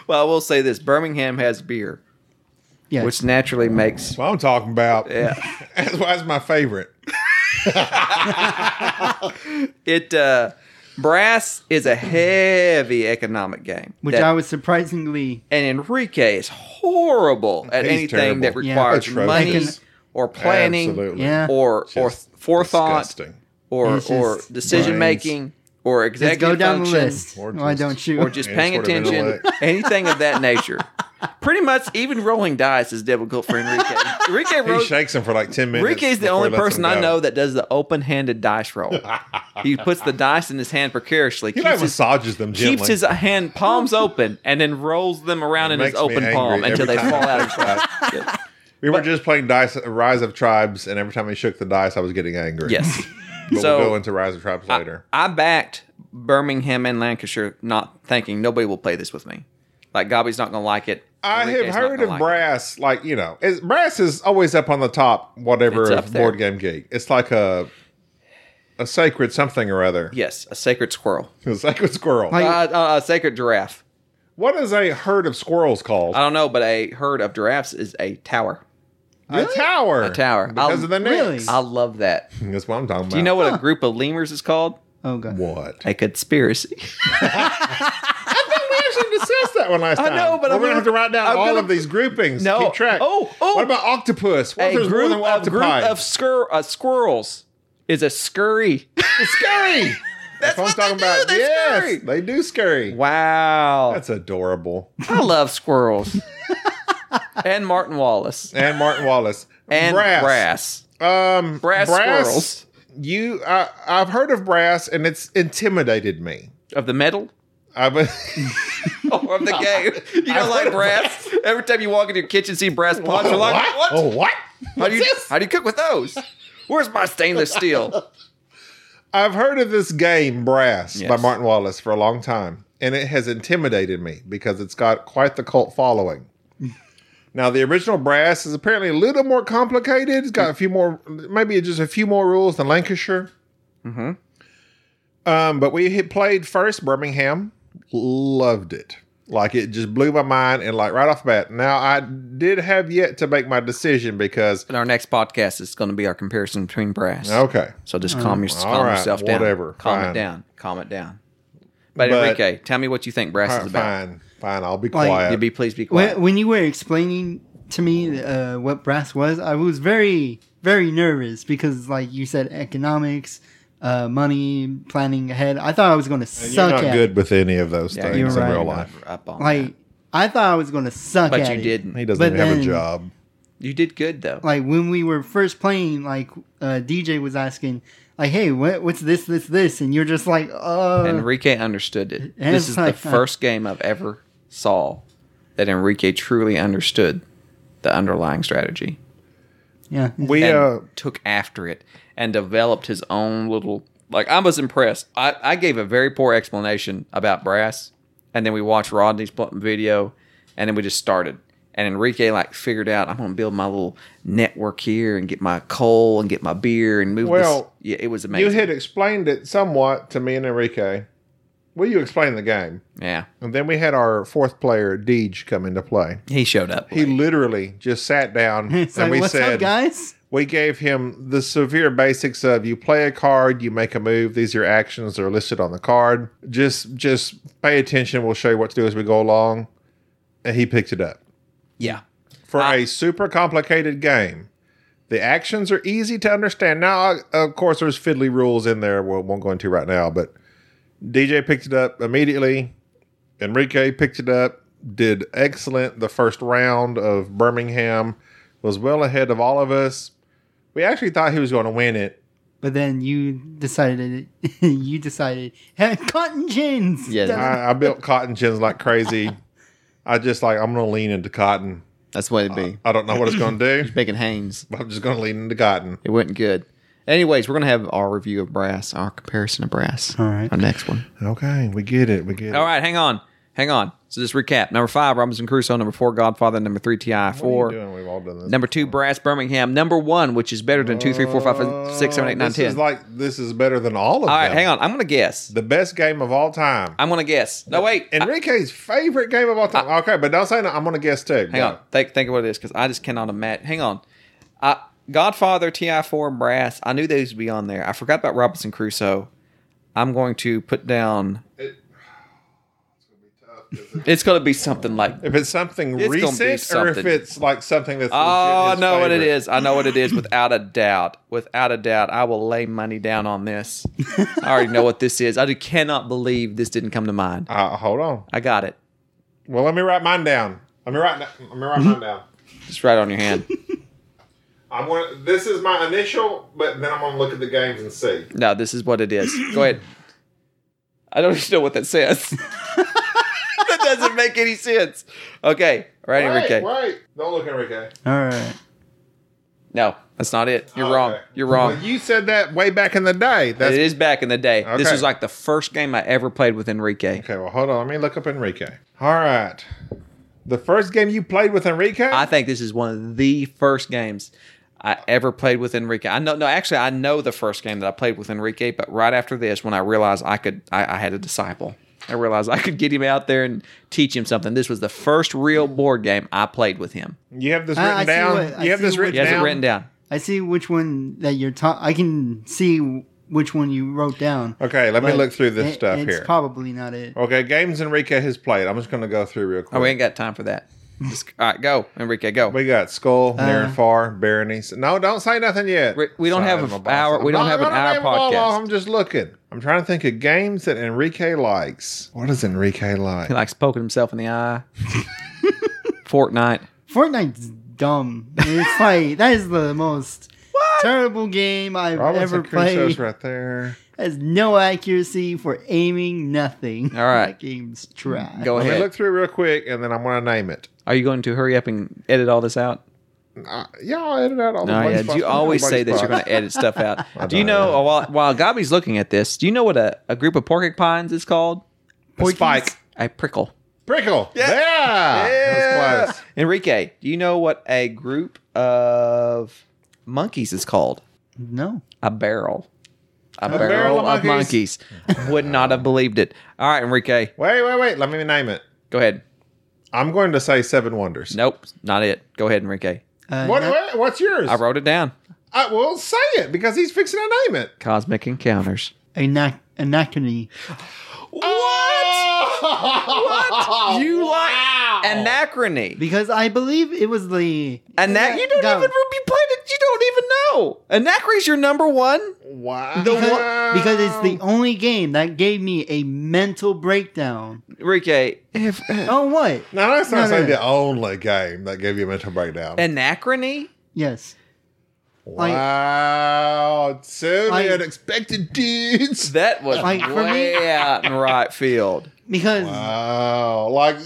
S1: Well, I will say this Birmingham has beer,
S4: Yes.
S1: which naturally makes.
S2: That's what I'm talking about.
S1: Yeah.
S2: That's why it's my favorite.
S1: It, uh, brass is a heavy economic game.
S4: which
S1: that-
S4: I was surprisingly
S1: and Enrique is horrible at
S2: He's
S1: anything
S2: terrible.
S1: that
S4: Yeah.
S1: requires
S2: Atrocious.
S1: money or planning
S2: Absolutely.
S4: Yeah.
S1: or or
S2: Just
S1: forethought
S2: disgusting.
S1: or
S4: It's
S1: or
S4: just-
S1: decision making or
S4: let's
S1: executive
S4: go down
S1: function
S4: the list.
S2: or
S4: Why
S2: just-
S4: don't you?
S1: or just
S2: Any
S1: paying
S2: sort of
S1: attention,
S2: intellect.
S1: anything of that nature. Pretty much, even rolling dice is difficult for Enrique. Enrique
S2: He
S1: rolls.
S2: shakes him for like 10 minutes.
S1: Enrique's the
S2: before
S1: only
S2: he lets
S1: person
S2: him
S1: I
S2: go.
S1: know that does the open-handed dice roll. he puts the dice in his hand precariously,
S2: He
S1: keeps
S2: like
S1: his,
S2: massages them gently.
S1: keeps his hand palms open, and then rolls them around in his
S2: Makes me
S1: open
S2: angry
S1: palm until
S2: every
S1: they
S2: time
S1: fall
S2: I
S1: out of
S2: think that. We were just playing Dice Rise of Tribes, and every time he shook the dice, I was getting angry.
S1: Yes.
S2: but
S1: so
S2: we'll go into Rise of Tribes later.
S1: I backed Birmingham and Lancashire, not thinking nobody will play this with me. Like Gobby's not gonna like it.
S2: I
S1: Enrique's
S2: have
S1: not
S2: heard
S1: gonna
S2: of
S1: like it.
S2: Brass, like you know, is, Brass is always up on the top. Whatever
S1: It's up
S2: of
S1: there.
S2: board game geek, it's like a a sacred something or other.
S1: Yes, a sacred squirrel,
S2: A sacred squirrel.
S1: uh,
S4: Like-
S1: uh, a sacred giraffe.
S2: what is a herd of squirrels called?
S1: I don't know, but a herd of giraffes is a tower.
S2: A tower.
S1: A tower.
S2: Because
S1: I'll-
S2: of the necks.
S1: I love that.
S2: That's what I'm talking about.
S1: Do you know what a group of lemurs is called?
S4: oh god.
S2: what?
S1: A conspiracy.
S2: We actually discussed that one last
S1: I
S2: time.
S1: know, but
S2: we're
S1: I'm
S2: gonna have to
S1: gonna-
S2: write down
S1: I'm
S2: all
S1: gonna-
S2: of these groupings.
S1: No.
S2: to keep track.
S1: Oh, oh.
S2: What about octopus? What
S1: a
S2: if there's more
S1: group
S2: than one
S1: of, group
S2: octopi?
S1: of scur- uh, squirrels is a scurry.
S2: It's scary.
S1: That's
S2: what I'm talking about.
S1: They
S2: yes,
S1: scurry.
S2: they do scurry.
S1: Wow.
S2: That's adorable.
S1: I love squirrels. and Martin Wallace.
S2: And Martin Wallace
S1: And brass.
S2: Um,
S1: Brass squirrels.
S2: You, I, I've heard of brass, and it's intimidated me.
S1: Of the metal?
S2: I've,
S1: Or Oh, of the game? You don't like brass? Every time you walk into your kitchen, see brass pots, you're like, what?
S2: Oh, what?
S1: How do you
S2: What's this?
S1: how do you cook with those? Where's my stainless steel?
S2: I've heard of this game, Brass, by
S1: Yes.
S2: Martin Wallace, for a long time, and it has intimidated me because it's got quite the cult following. now, the original Brass is apparently a little more complicated. It's got a few more, maybe just a few more rules than Lancashire. Mm-hmm. Um, but we had played first Birmingham, loved it. Like it just blew my mind, and like right off the bat. Now I did have yet to make my decision because
S1: In our next podcast, it's going to be our comparison between brass.
S2: okay,
S1: So just calm, your,
S2: all
S1: calm
S2: right,
S1: yourself down.
S2: whatever,
S1: Calm
S2: fine.
S1: it down. Calm it down. But,
S2: But-
S1: Enrique, tell me what you think brass
S2: all right,
S1: is about.
S2: fine, fine, I'll be
S4: Like,
S2: quiet.
S1: You be please be quiet.
S4: When, when you were explaining to me uh, what brass was, I was very, very nervous because, like you said, economics, uh, money, planning ahead. I thought I was going to
S2: You're
S4: suck
S2: not
S4: at
S2: good with any of those
S1: Yeah,
S2: things
S1: you're
S2: in
S4: right.
S2: real
S1: You're
S2: life.
S1: not up on
S4: it. Like, I thought I was going to suck
S1: that. but
S4: at
S1: you
S4: it.
S2: He
S1: didn't.
S2: doesn't
S4: But
S2: even have a
S4: then-
S2: job.
S1: You did good though.
S4: Like, when we were first playing, like, uh, DJ was asking, like, hey, what, what's this, this, this? And you're just like, uh,
S1: Enrique understood it.
S4: And
S1: This
S4: it's
S1: is
S4: like,
S1: the
S4: uh,
S1: first game I've ever saw that Enrique truly understood the underlying strategy
S4: yeah.
S2: We
S1: and
S2: uh,
S1: took after it and developed his own little. Like I was impressed. I, I gave a very poor explanation about brass, and then we watched Rodney's pl- video, and then we just started. And Enrique like figured out I'm gonna build my little network here and get my coal and get my beer and move.
S2: Well,
S1: this. yeah, it was
S2: you
S1: amazing.
S2: had explained it somewhat to me and Enrique. Well, you explained the game,
S1: yeah,
S2: and then we had our fourth player Deej come into play.
S1: he showed up.
S2: He literally just sat down, and
S4: It's like,
S2: we
S4: what's up,
S2: said,
S4: guys?
S2: we gave him the severe basics of you play a card, you make a move. These are your actions; they're listed on the card. Just, just pay attention. We'll show you what to do as we go along. And he picked it up.
S1: yeah,
S2: for a super complicated game. The actions are easy to understand. Now, of course, there's fiddly rules in there. We won't go into right now, but DJ picked it up immediately. Enrique picked it up, did excellent. The first round of Birmingham was well ahead of all of us. We actually thought he was going to win it.
S4: But then you decided, you decided, hey, cotton gins.
S1: Yeah.
S4: That's
S2: I, I built cotton gins like crazy. I just like I'm going to lean into cotton.
S1: that's what it'd
S4: Uh,
S1: be.
S2: I don't know what it's going to do,
S1: Making Haynes.
S2: but I'm just going to lean into cotton.
S1: It wasn't good. Anyways, we're gonna have our review of brass, our comparison of brass. All
S4: right.
S1: Our next one.
S2: Okay, we get it. We get it.
S1: All right, hang on. Hang on. So just recap. Number five, Robinson Crusoe, number four, Godfather, number three, TI
S2: What are you
S1: four.
S2: doing? We've all done this.
S1: Number two, Brass Birmingham. Number one, which is better than two, three, four, five, six, seven, eight, nine,
S2: Oh, this
S1: ten.
S2: is like this is better than all of
S1: All right,
S2: them.
S1: hang on. I'm gonna guess.
S2: The best game of all time.
S1: I'm gonna guess. No, wait. I-
S2: Enrique's favorite game of all time. okay, but don't say no. I'm gonna guess too.
S1: hang on. Think think of what it is, because I just cannot imagine. Hang on. I, Godfather, TI four, and Brass. I knew those would be on there. I forgot about Robinson Crusoe. I'm going to put down. It's gonna be something like
S2: If it's something
S1: It's gonna be
S2: recent or if
S1: something.
S2: it's like something that's.
S1: Oh, I
S2: legit his
S1: know what it
S2: favorite.
S1: is. I know what it is without a doubt. Without a doubt, I will lay money down on this. I already know what this is. I just cannot believe this didn't come to mind.
S2: Uh, hold on.
S1: I got it.
S2: Well, let me write mine down. Let me write. Let me write
S1: Mm-hmm.
S2: mine down.
S1: Just right on your hand.
S2: I'm gonna. This is my initial, but then I'm gonna look at the games and see.
S1: No, this is what it is. Go ahead. I don't even know what that says. that doesn't make any sense. Okay. All right, Enrique.
S2: Wait, wait. Don't look, Enrique.
S4: All right.
S1: No, that's not it. You're wrong.
S2: Okay.
S1: You're wrong.
S2: Well, you said that way back in the day. That's
S1: it is back in the day. This
S2: Okay.
S1: was like the first game I ever played with Enrique.
S2: Okay, well, hold on. Let me look up Enrique. All right. The first game you played with Enrique?
S1: I think this is one of the first games I ever played with Enrique. I know, no, actually, I know the first game that I played with Enrique, but right after this, when I realized I could, I, I had a disciple. I realized I could get him out there and teach him something. This was the first real board game I played with him.
S2: you have this
S4: Ah, I-
S2: written
S4: I see
S2: down.
S4: what- I
S2: you have
S4: see
S2: this
S4: what-
S2: written
S1: He has
S2: down.
S1: it written down.
S4: I see which one that you're talking. I can see which one you wrote down.
S2: Okay, let me
S4: but
S2: look through this
S4: it-
S2: stuff
S4: it's
S2: here.
S4: probably not it.
S2: okay, games Enrique has played. I'm just going to go through real quick.
S1: Oh, we ain't got time for that. Just- all right, go, Enrique, go.
S2: we got Skull,
S4: Uh.
S2: Near and Far, Baronies. No, don't say nothing yet.
S1: We- we don't
S2: Sorry,
S1: have
S2: my
S1: an
S2: boss.
S1: hour- we don't
S2: No,
S1: have
S2: I
S1: an hour
S2: have them all
S1: podcast.
S2: off. I'm just looking. I'm trying to think of games that Enrique likes. What does Enrique like?
S1: He likes poking himself in the eye. Fortnite.
S4: Fortnite's dumb. It's like that is the most terrible game I've
S2: Robinson
S4: ever
S2: Crusoe's
S4: played.
S2: right there.
S4: Has no accuracy for aiming. Nothing.
S1: All right.
S4: that game's trash.
S1: Go
S2: Let me
S1: ahead.
S2: look through real quick, and then I'm going to name it.
S1: Are you going to hurry up and edit all this out?
S2: Uh, yeah, I'll edit out all the
S1: No,
S2: blank
S1: yeah.
S2: spots.
S1: You always
S2: Blank
S1: say that you're
S2: spots.
S1: going to edit stuff out. do you
S2: don't
S1: know while while Gabi's looking at this? Do you know what a, a group of porcupines is called?
S2: A Spike.
S1: A prickle.
S2: Prickle. Yeah. That was close.
S1: Enrique, do you know what a group of monkeys is called?
S4: No.
S1: A barrel. A, barrel,
S2: barrel of
S1: of monkeys. Would not have believed it. All right, Enrique,
S2: Wait, wait, wait. Let me name it.
S1: go ahead.
S2: I'm going to say Seven Wonders.
S1: Nope, not it. Go ahead, Enrique.
S4: Uh,
S2: What,
S4: not-
S2: what- what's yours?
S1: I wrote it down.
S2: I will say it because he's fixing to name it.
S1: Cosmic Encounters.
S4: Anach- anachrony.
S1: What?
S2: Oh,
S1: What? You like anachrony?
S4: Because I believe it was the
S1: And that you don't
S4: Go.
S1: even you played it. You don't even know. Anachrony's your number one.
S2: Wow.
S4: because, because it's the only game that gave me a mental breakdown.
S1: Enrique, if
S4: Oh what?
S2: No, that's not
S4: No, no,
S2: saying
S4: no.
S2: the only game that gave you a mental breakdown.
S1: anachrony.
S4: Yes. like-
S2: wow. So
S4: like-
S2: unexpected dudes.
S1: That was
S4: Like, for
S1: way
S4: me-
S1: out in right field.
S4: Because uh,
S2: Wow. Like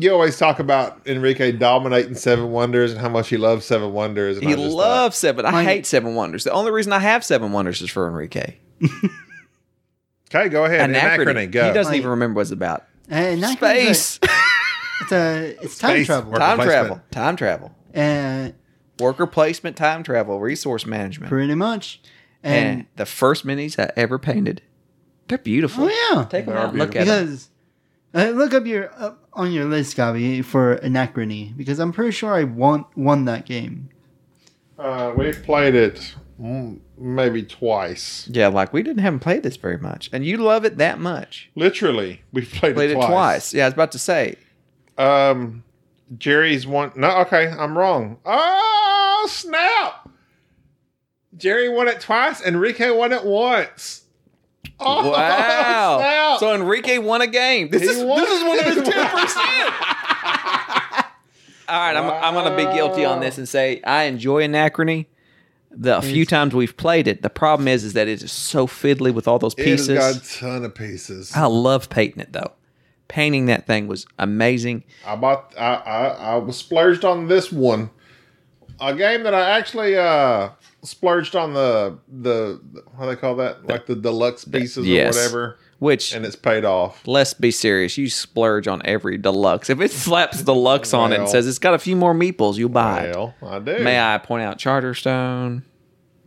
S2: you always talk about Enrique dominating Seven Wonders and how much he loves Seven Wonders. And
S1: He
S2: I just
S1: loves Seven. I
S4: Like-
S1: hate Seven Wonders. The only reason I have Seven Wonders is for Enrique.
S2: Thought, okay, go ahead. Anachrony.
S1: Anachrony.
S2: Go.
S1: He doesn't
S4: Like-
S1: even remember what it's about.
S4: anachrony
S1: Space,
S4: It's a it's time
S2: Space
S4: travel. Uh,
S2: work.
S1: time
S2: Worker
S1: travel,
S2: placement.
S1: time travel,
S4: And
S1: worker placement, time travel, resource management,
S4: pretty much.
S1: and,
S4: And
S1: the first minis I ever painted. They're beautiful.
S4: oh yeah.
S1: Take them
S2: They are
S1: out and look at them.
S4: Because uh, look up your up on your list, Gabby, for anachrony. Because I'm pretty sure I won won that game.
S2: Uh, we played it mm, maybe twice.
S1: Yeah, like we didn't haven't played this very much, and you love it that much.
S2: Literally, we've played,
S1: Played
S2: it
S1: it twice. Yeah, I was about to say.
S2: Um, Jerry's one. No, okay, I'm wrong. Oh snap! Jerry won it twice. Enrique won it once. Oh,
S1: Wow.
S2: Snap.
S1: So Enrique won a game. This
S2: He
S1: is
S2: won.
S1: this is one of his ten percent. All right, I'm I'm gonna be guilty on this and say I enjoy anachrony. The few times we've played it, the problem is is that it is so fiddly with all those
S2: It has
S1: pieces.
S2: got a ton of pieces.
S1: I love painting it though. Painting that thing was amazing.
S2: I bought. I, I I was splurged on this one, a game that I actually uh splurged on the the how they call that like the deluxe pieces
S1: yes.
S2: or whatever,
S1: Which
S2: and it's paid off.
S1: let's be serious, you splurge on every deluxe. If it slaps deluxe on it and
S2: Well.
S1: says it's got a few more meeples, you'll buy it.
S2: Well, I do.
S1: May I point out Charterstone,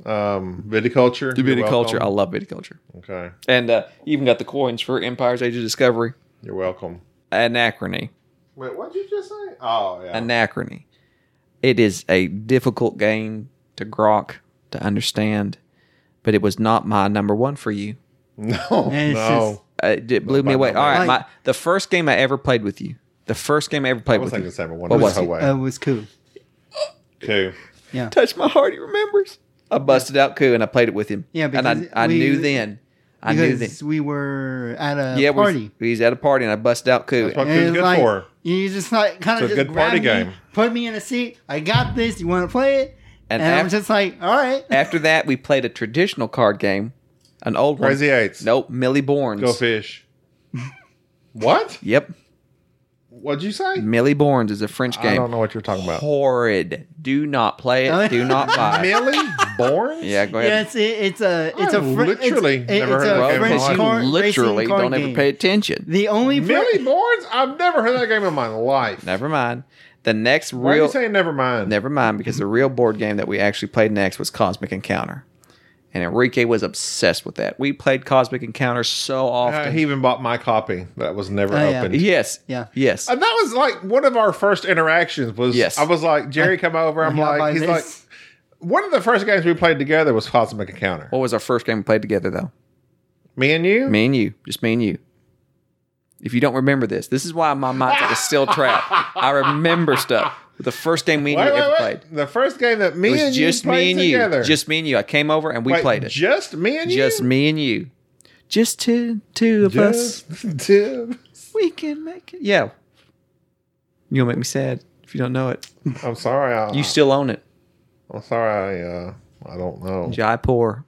S2: Um, viticulture. you're
S1: Viticulture? I
S2: welcome.
S1: love Viticulture.
S2: Okay,
S1: And uh, even got the coins for Empire's Age of Discovery.
S2: you're welcome.
S1: Anachrony.
S2: Wait, what'd you just say? Oh yeah.
S1: Anachrony. It is a difficult game to grok, to understand, but it was not my number one for you.
S2: no,
S4: And it's
S2: no.
S4: just-
S1: Uh, It, it blew me
S2: my
S1: away.
S2: number
S1: All right,
S4: one.
S1: my, the first game I ever played with you. The first game I ever
S2: I
S1: played
S2: was
S1: with
S2: thinking
S1: you.
S2: Seven
S1: What
S2: Wonders.
S1: was
S2: no
S1: it?
S2: way.
S4: Uh, it was cool.
S2: Two.
S1: Touch my heart, he remembers. I busted out Coup and I played it with him.
S4: Yeah,
S1: and
S4: because
S1: I, I
S4: we-
S1: knew then. I knew then.
S4: Because we were at a
S1: Yeah,
S4: party.
S1: we he's at a party and I busted out Coup.
S2: That's what
S4: And
S2: it's
S4: it's
S2: good
S4: like,
S2: for.
S4: You just like kind of
S2: It's a
S4: just
S2: good party
S4: grab me,
S2: game.
S4: Put me in a seat. I got this. You want to play it?
S1: And
S4: And,
S1: af-
S4: I'm just like, all right.
S1: After that, we played a traditional card game, an old one.
S2: Crazy Eights.
S1: Nope, Millie Bourne's.
S2: Go fish. what?
S1: Yep,
S2: What'd you say?
S1: Millie Bourne's is a French game.
S2: I don't know what you're talking about.
S1: Horrid. Do not play
S4: Oh, yeah.
S1: it. Do not buy it.
S2: Millie Bourne?
S1: Yeah, go ahead.
S4: Yes, it, it's a it's
S2: I
S4: a Fr- it's-
S2: Oh, literally
S4: it-
S2: never
S4: it's
S2: heard of that
S4: a
S1: Bro,
S2: game in my
S4: French
S2: life.
S1: you
S4: car,
S1: literally
S4: racing car
S1: don't ever
S4: game.
S1: pay attention.
S4: The only Fr-
S2: Millie Bourne's? I've never heard of that game in my life.
S1: Never mind. The next
S2: Why are
S1: real
S2: you saying never mind?
S1: never mind because the real board game that we actually played next was Cosmic Encounter. And Enrique was obsessed with that. We played Cosmic Encounter so
S2: Uh,
S1: often.
S2: he even bought my copy that was never
S4: Oh, yeah.
S2: opened.
S1: yes.
S4: Yeah.
S1: Yes.
S2: And that was like one of our first interactions was
S1: Yes.
S2: I was like, Jerry come over. I'm
S4: Wanna help buy
S2: like he's like
S4: this?
S2: one of the first games we played together was Cosmic Encounter.
S1: what was our first game we played together though?
S2: Me and you?
S1: Me and you, just me and you. If you don't remember this, this is why my mindset is still trapped. I remember stuff. The first game me and
S2: Wait,
S1: you ever
S2: wait,
S1: played.
S2: wait. The first game that me
S1: It was
S2: and
S1: just
S2: you played
S1: me and you.
S2: together.
S1: Just me and you. I came over and we
S2: Wait,
S1: played it.
S2: Just me and you.
S1: Just me and you. Just two, two of us.
S2: Just Tim.
S1: We can make it. Yeah. You'll make me sad if you don't know it.
S2: I'm sorry. I,
S1: You still own it.
S2: I'm sorry. I, uh, I don't know.
S1: Jaipur.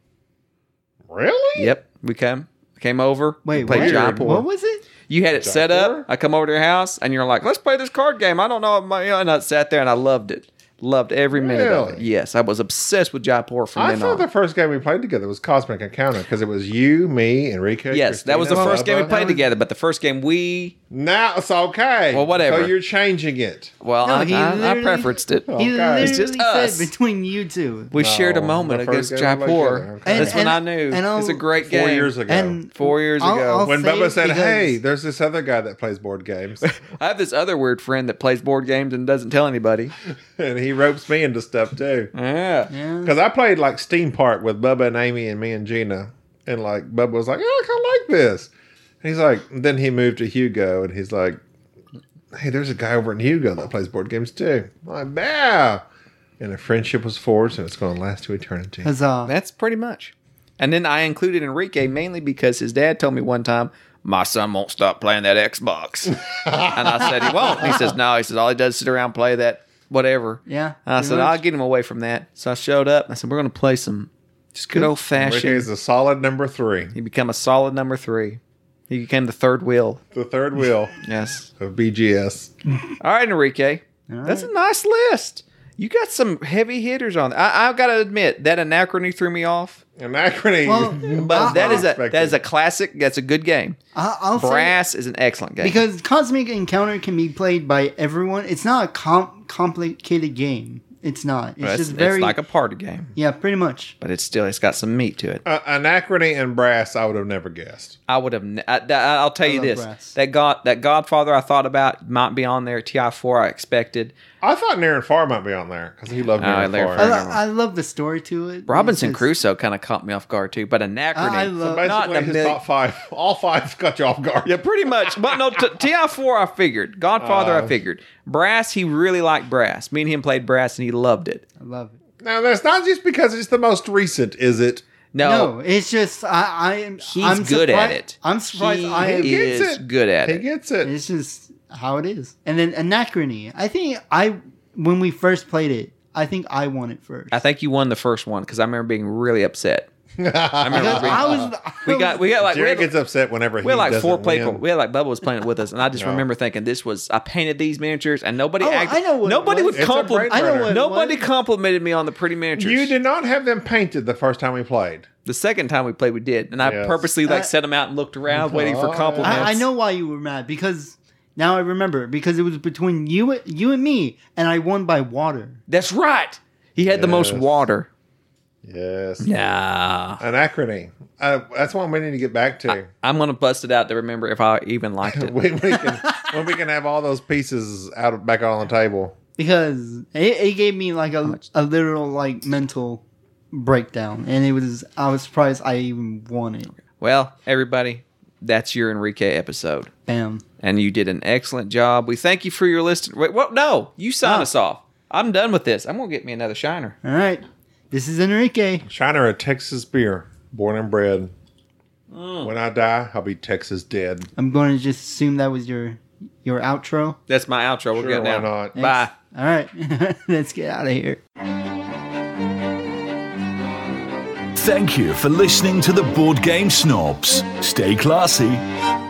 S2: Really?
S1: Yep. We came. Came over.
S4: Wait,
S1: we played
S4: what?
S1: Jaipur.
S4: What was it?
S1: You had it set
S2: Jaipur?
S1: up. I come over to your house and you're like, let's play this card game. I don't know. My, and I sat there and I loved it. Loved every minute of it.
S2: Really?
S1: Yes. I was obsessed with Jaipur from
S2: I
S1: then uh,
S2: thought
S1: on.
S2: the first game we played together was Cosmic Encounter because it was you, me, Enrique.
S1: yes. That was the
S2: Christina,
S1: first game we
S2: Bubba.
S1: played together, but the first game we.
S2: Now it's okay.
S1: Well, whatever.
S2: So you're changing it.
S1: Well,
S4: No,
S1: I,
S4: he
S1: I, I
S4: literally-
S1: preferenced it.
S4: He
S2: Okay.
S4: literally
S2: It's
S1: just us.
S4: said between you two.
S1: We shared a
S2: the
S1: moment
S2: first
S1: against
S2: game we played
S1: Jaipur.
S2: together, okay.
S1: That's
S4: And-
S1: when
S4: and-
S1: I knew
S4: and I'll-
S1: it's a great
S2: Four
S1: game.
S2: years ago.
S4: And
S1: Four years
S4: I'll-
S1: ago.
S4: I'll
S2: when
S4: say
S2: Bubba
S4: it
S2: said,
S4: because-
S2: "Hey, there's this other guy that plays board games,
S1: I have this other weird friend that plays board games and doesn't tell anybody.
S2: and he ropes me into stuff too."
S1: Yeah.
S4: Yeah.
S2: Because I played like Steam Park with Bubba and Amy and me and Gina, and like Bubba was like, "Oh, I kind of like this." And he's like, then he moved to Hugo, and he's like, "Hey, there's a guy over in Hugo that plays board games too." I'm like, yeah. And a friendship was forged, and it's going to last to eternity.
S4: Huzzah.
S1: That's pretty much. And then I included Enrique mainly because his dad told me one time, my son won't stop playing that Xbox. and I said, he won't. And he says, no. He says, all he does is sit around and play that whatever.
S4: Yeah,
S1: And I
S4: pretty
S1: said,
S4: much.
S1: I'll get him away from that. So I showed up. and I said, we're going to play some just good old
S2: Enrique
S1: fashioned.
S2: is a solid number three,
S1: He became a solid number three. He became the third wheel.
S2: the third wheel
S1: Yes.
S2: of BGS.
S1: All right, Enrique. That's a nice list. You got some heavy hitters on. I, I've got to admit that Anachrony threw me off,
S2: Anachrony.
S4: Well,
S1: but
S4: Uh-uh.
S1: that is a
S2: Expected.
S1: that is a classic. That's a good game.
S4: I- I'll say
S1: Brass is an excellent game.
S4: because Cosmic Encounter can be played by everyone. It's not a com- complicated game. It's not. It's
S1: it's,
S4: just
S1: it's
S4: very
S1: like a party game,
S4: yeah, pretty much.
S1: but it's still it's got some meat to it.
S2: Uh, anachrony and brass, I would have never guessed.
S1: I would have. n- I, will tell you
S4: love
S1: this:
S4: Brass.
S1: that God that Godfather I thought about might be on there. Ti four I expected.
S2: I thought Naren Farr might be on there because he loved
S1: Oh, I love
S2: Naren Farr.
S4: I,
S1: Farr.
S4: lo-
S1: never.
S4: I love the story to it.
S1: Robinson
S4: It's just-
S1: Crusoe kind of caught me off guard too, but Anachrony.
S4: I, I love.
S2: Basically,
S1: Not in a
S2: his
S1: million-
S2: top five, all five got you off guard.
S1: Yeah, pretty much. But no, t- Ti Four, I figured. Godfather,
S4: Uh,
S1: I figured. Brass, he really liked Brass. Me and him played Brass, and he loved it.
S4: I love it.
S2: Now that's not just because it's the most recent, is it?
S1: No,
S4: No, it's just I, I am.
S1: he's
S4: I'm
S1: good at
S4: surpri-
S1: it.
S4: I'm surprised.
S1: He
S4: I am.
S2: He gets
S1: is
S2: it.
S1: good at
S2: He
S1: it.
S2: gets it.
S4: It's just how it is. And then Anachrony. I think I when we first played it, I think I won it first.
S1: I think you won the first one because I remember being really upset. I remember
S4: Because
S1: being,
S4: I was. I
S1: we got we got like we
S2: Jerry
S1: had,
S2: gets upset whenever
S1: we
S2: he
S1: had like
S2: doesn't
S1: four people.
S2: win.
S1: We had like Bubba was playing it with us, and I just
S2: Yeah.
S1: remember thinking this was I painted these miniatures, and nobody
S4: Oh,
S1: acted,
S4: I know what it
S1: nobody
S4: was.
S1: would
S2: It's a
S1: compliment.
S2: brain
S4: I know what it
S1: Nobody
S4: was.
S1: complimented me on the pretty miniatures.
S2: You did not have them painted the first time we played.
S1: the second time we played, we did, and I
S2: Yes.
S1: purposely like
S4: I-
S1: set them out and looked around, waiting for
S2: Oh, yeah.
S1: compliments.
S4: Uh, I, I know why you were mad because now I remember because it was between you you and me, and I won by water.
S1: That's right. He had the most
S2: Yes.
S1: water.
S2: Yes.
S1: Nah.
S2: Anachrony. Uh, that's one we need to get back to.
S1: I'm gonna bust it out to remember if I even liked it.
S2: when, we can, when we can have all those pieces out back on the table.
S4: because it, it gave me like a, a literal like mental breakdown and it was i was surprised i even won it
S1: well, everybody, that's your Enrique episode,
S4: bam
S1: and you did an excellent job. We thank you for your list. Wait, what? No, you sign
S4: Oh.
S1: us off. I'm done with this. I'm gonna get me another shiner.
S4: all right this is enrique
S2: Shiner, a Texas beer, born and bred. When I die, I'll be Texas dead.
S4: i'm going to just assume that was your your outro
S1: That's my outro. We're
S2: Sure,
S1: good
S2: why
S1: now.
S2: not?
S1: Bye.
S4: all right let's get out of here
S3: Thank you for listening to the Board Game Snobs. Stay classy.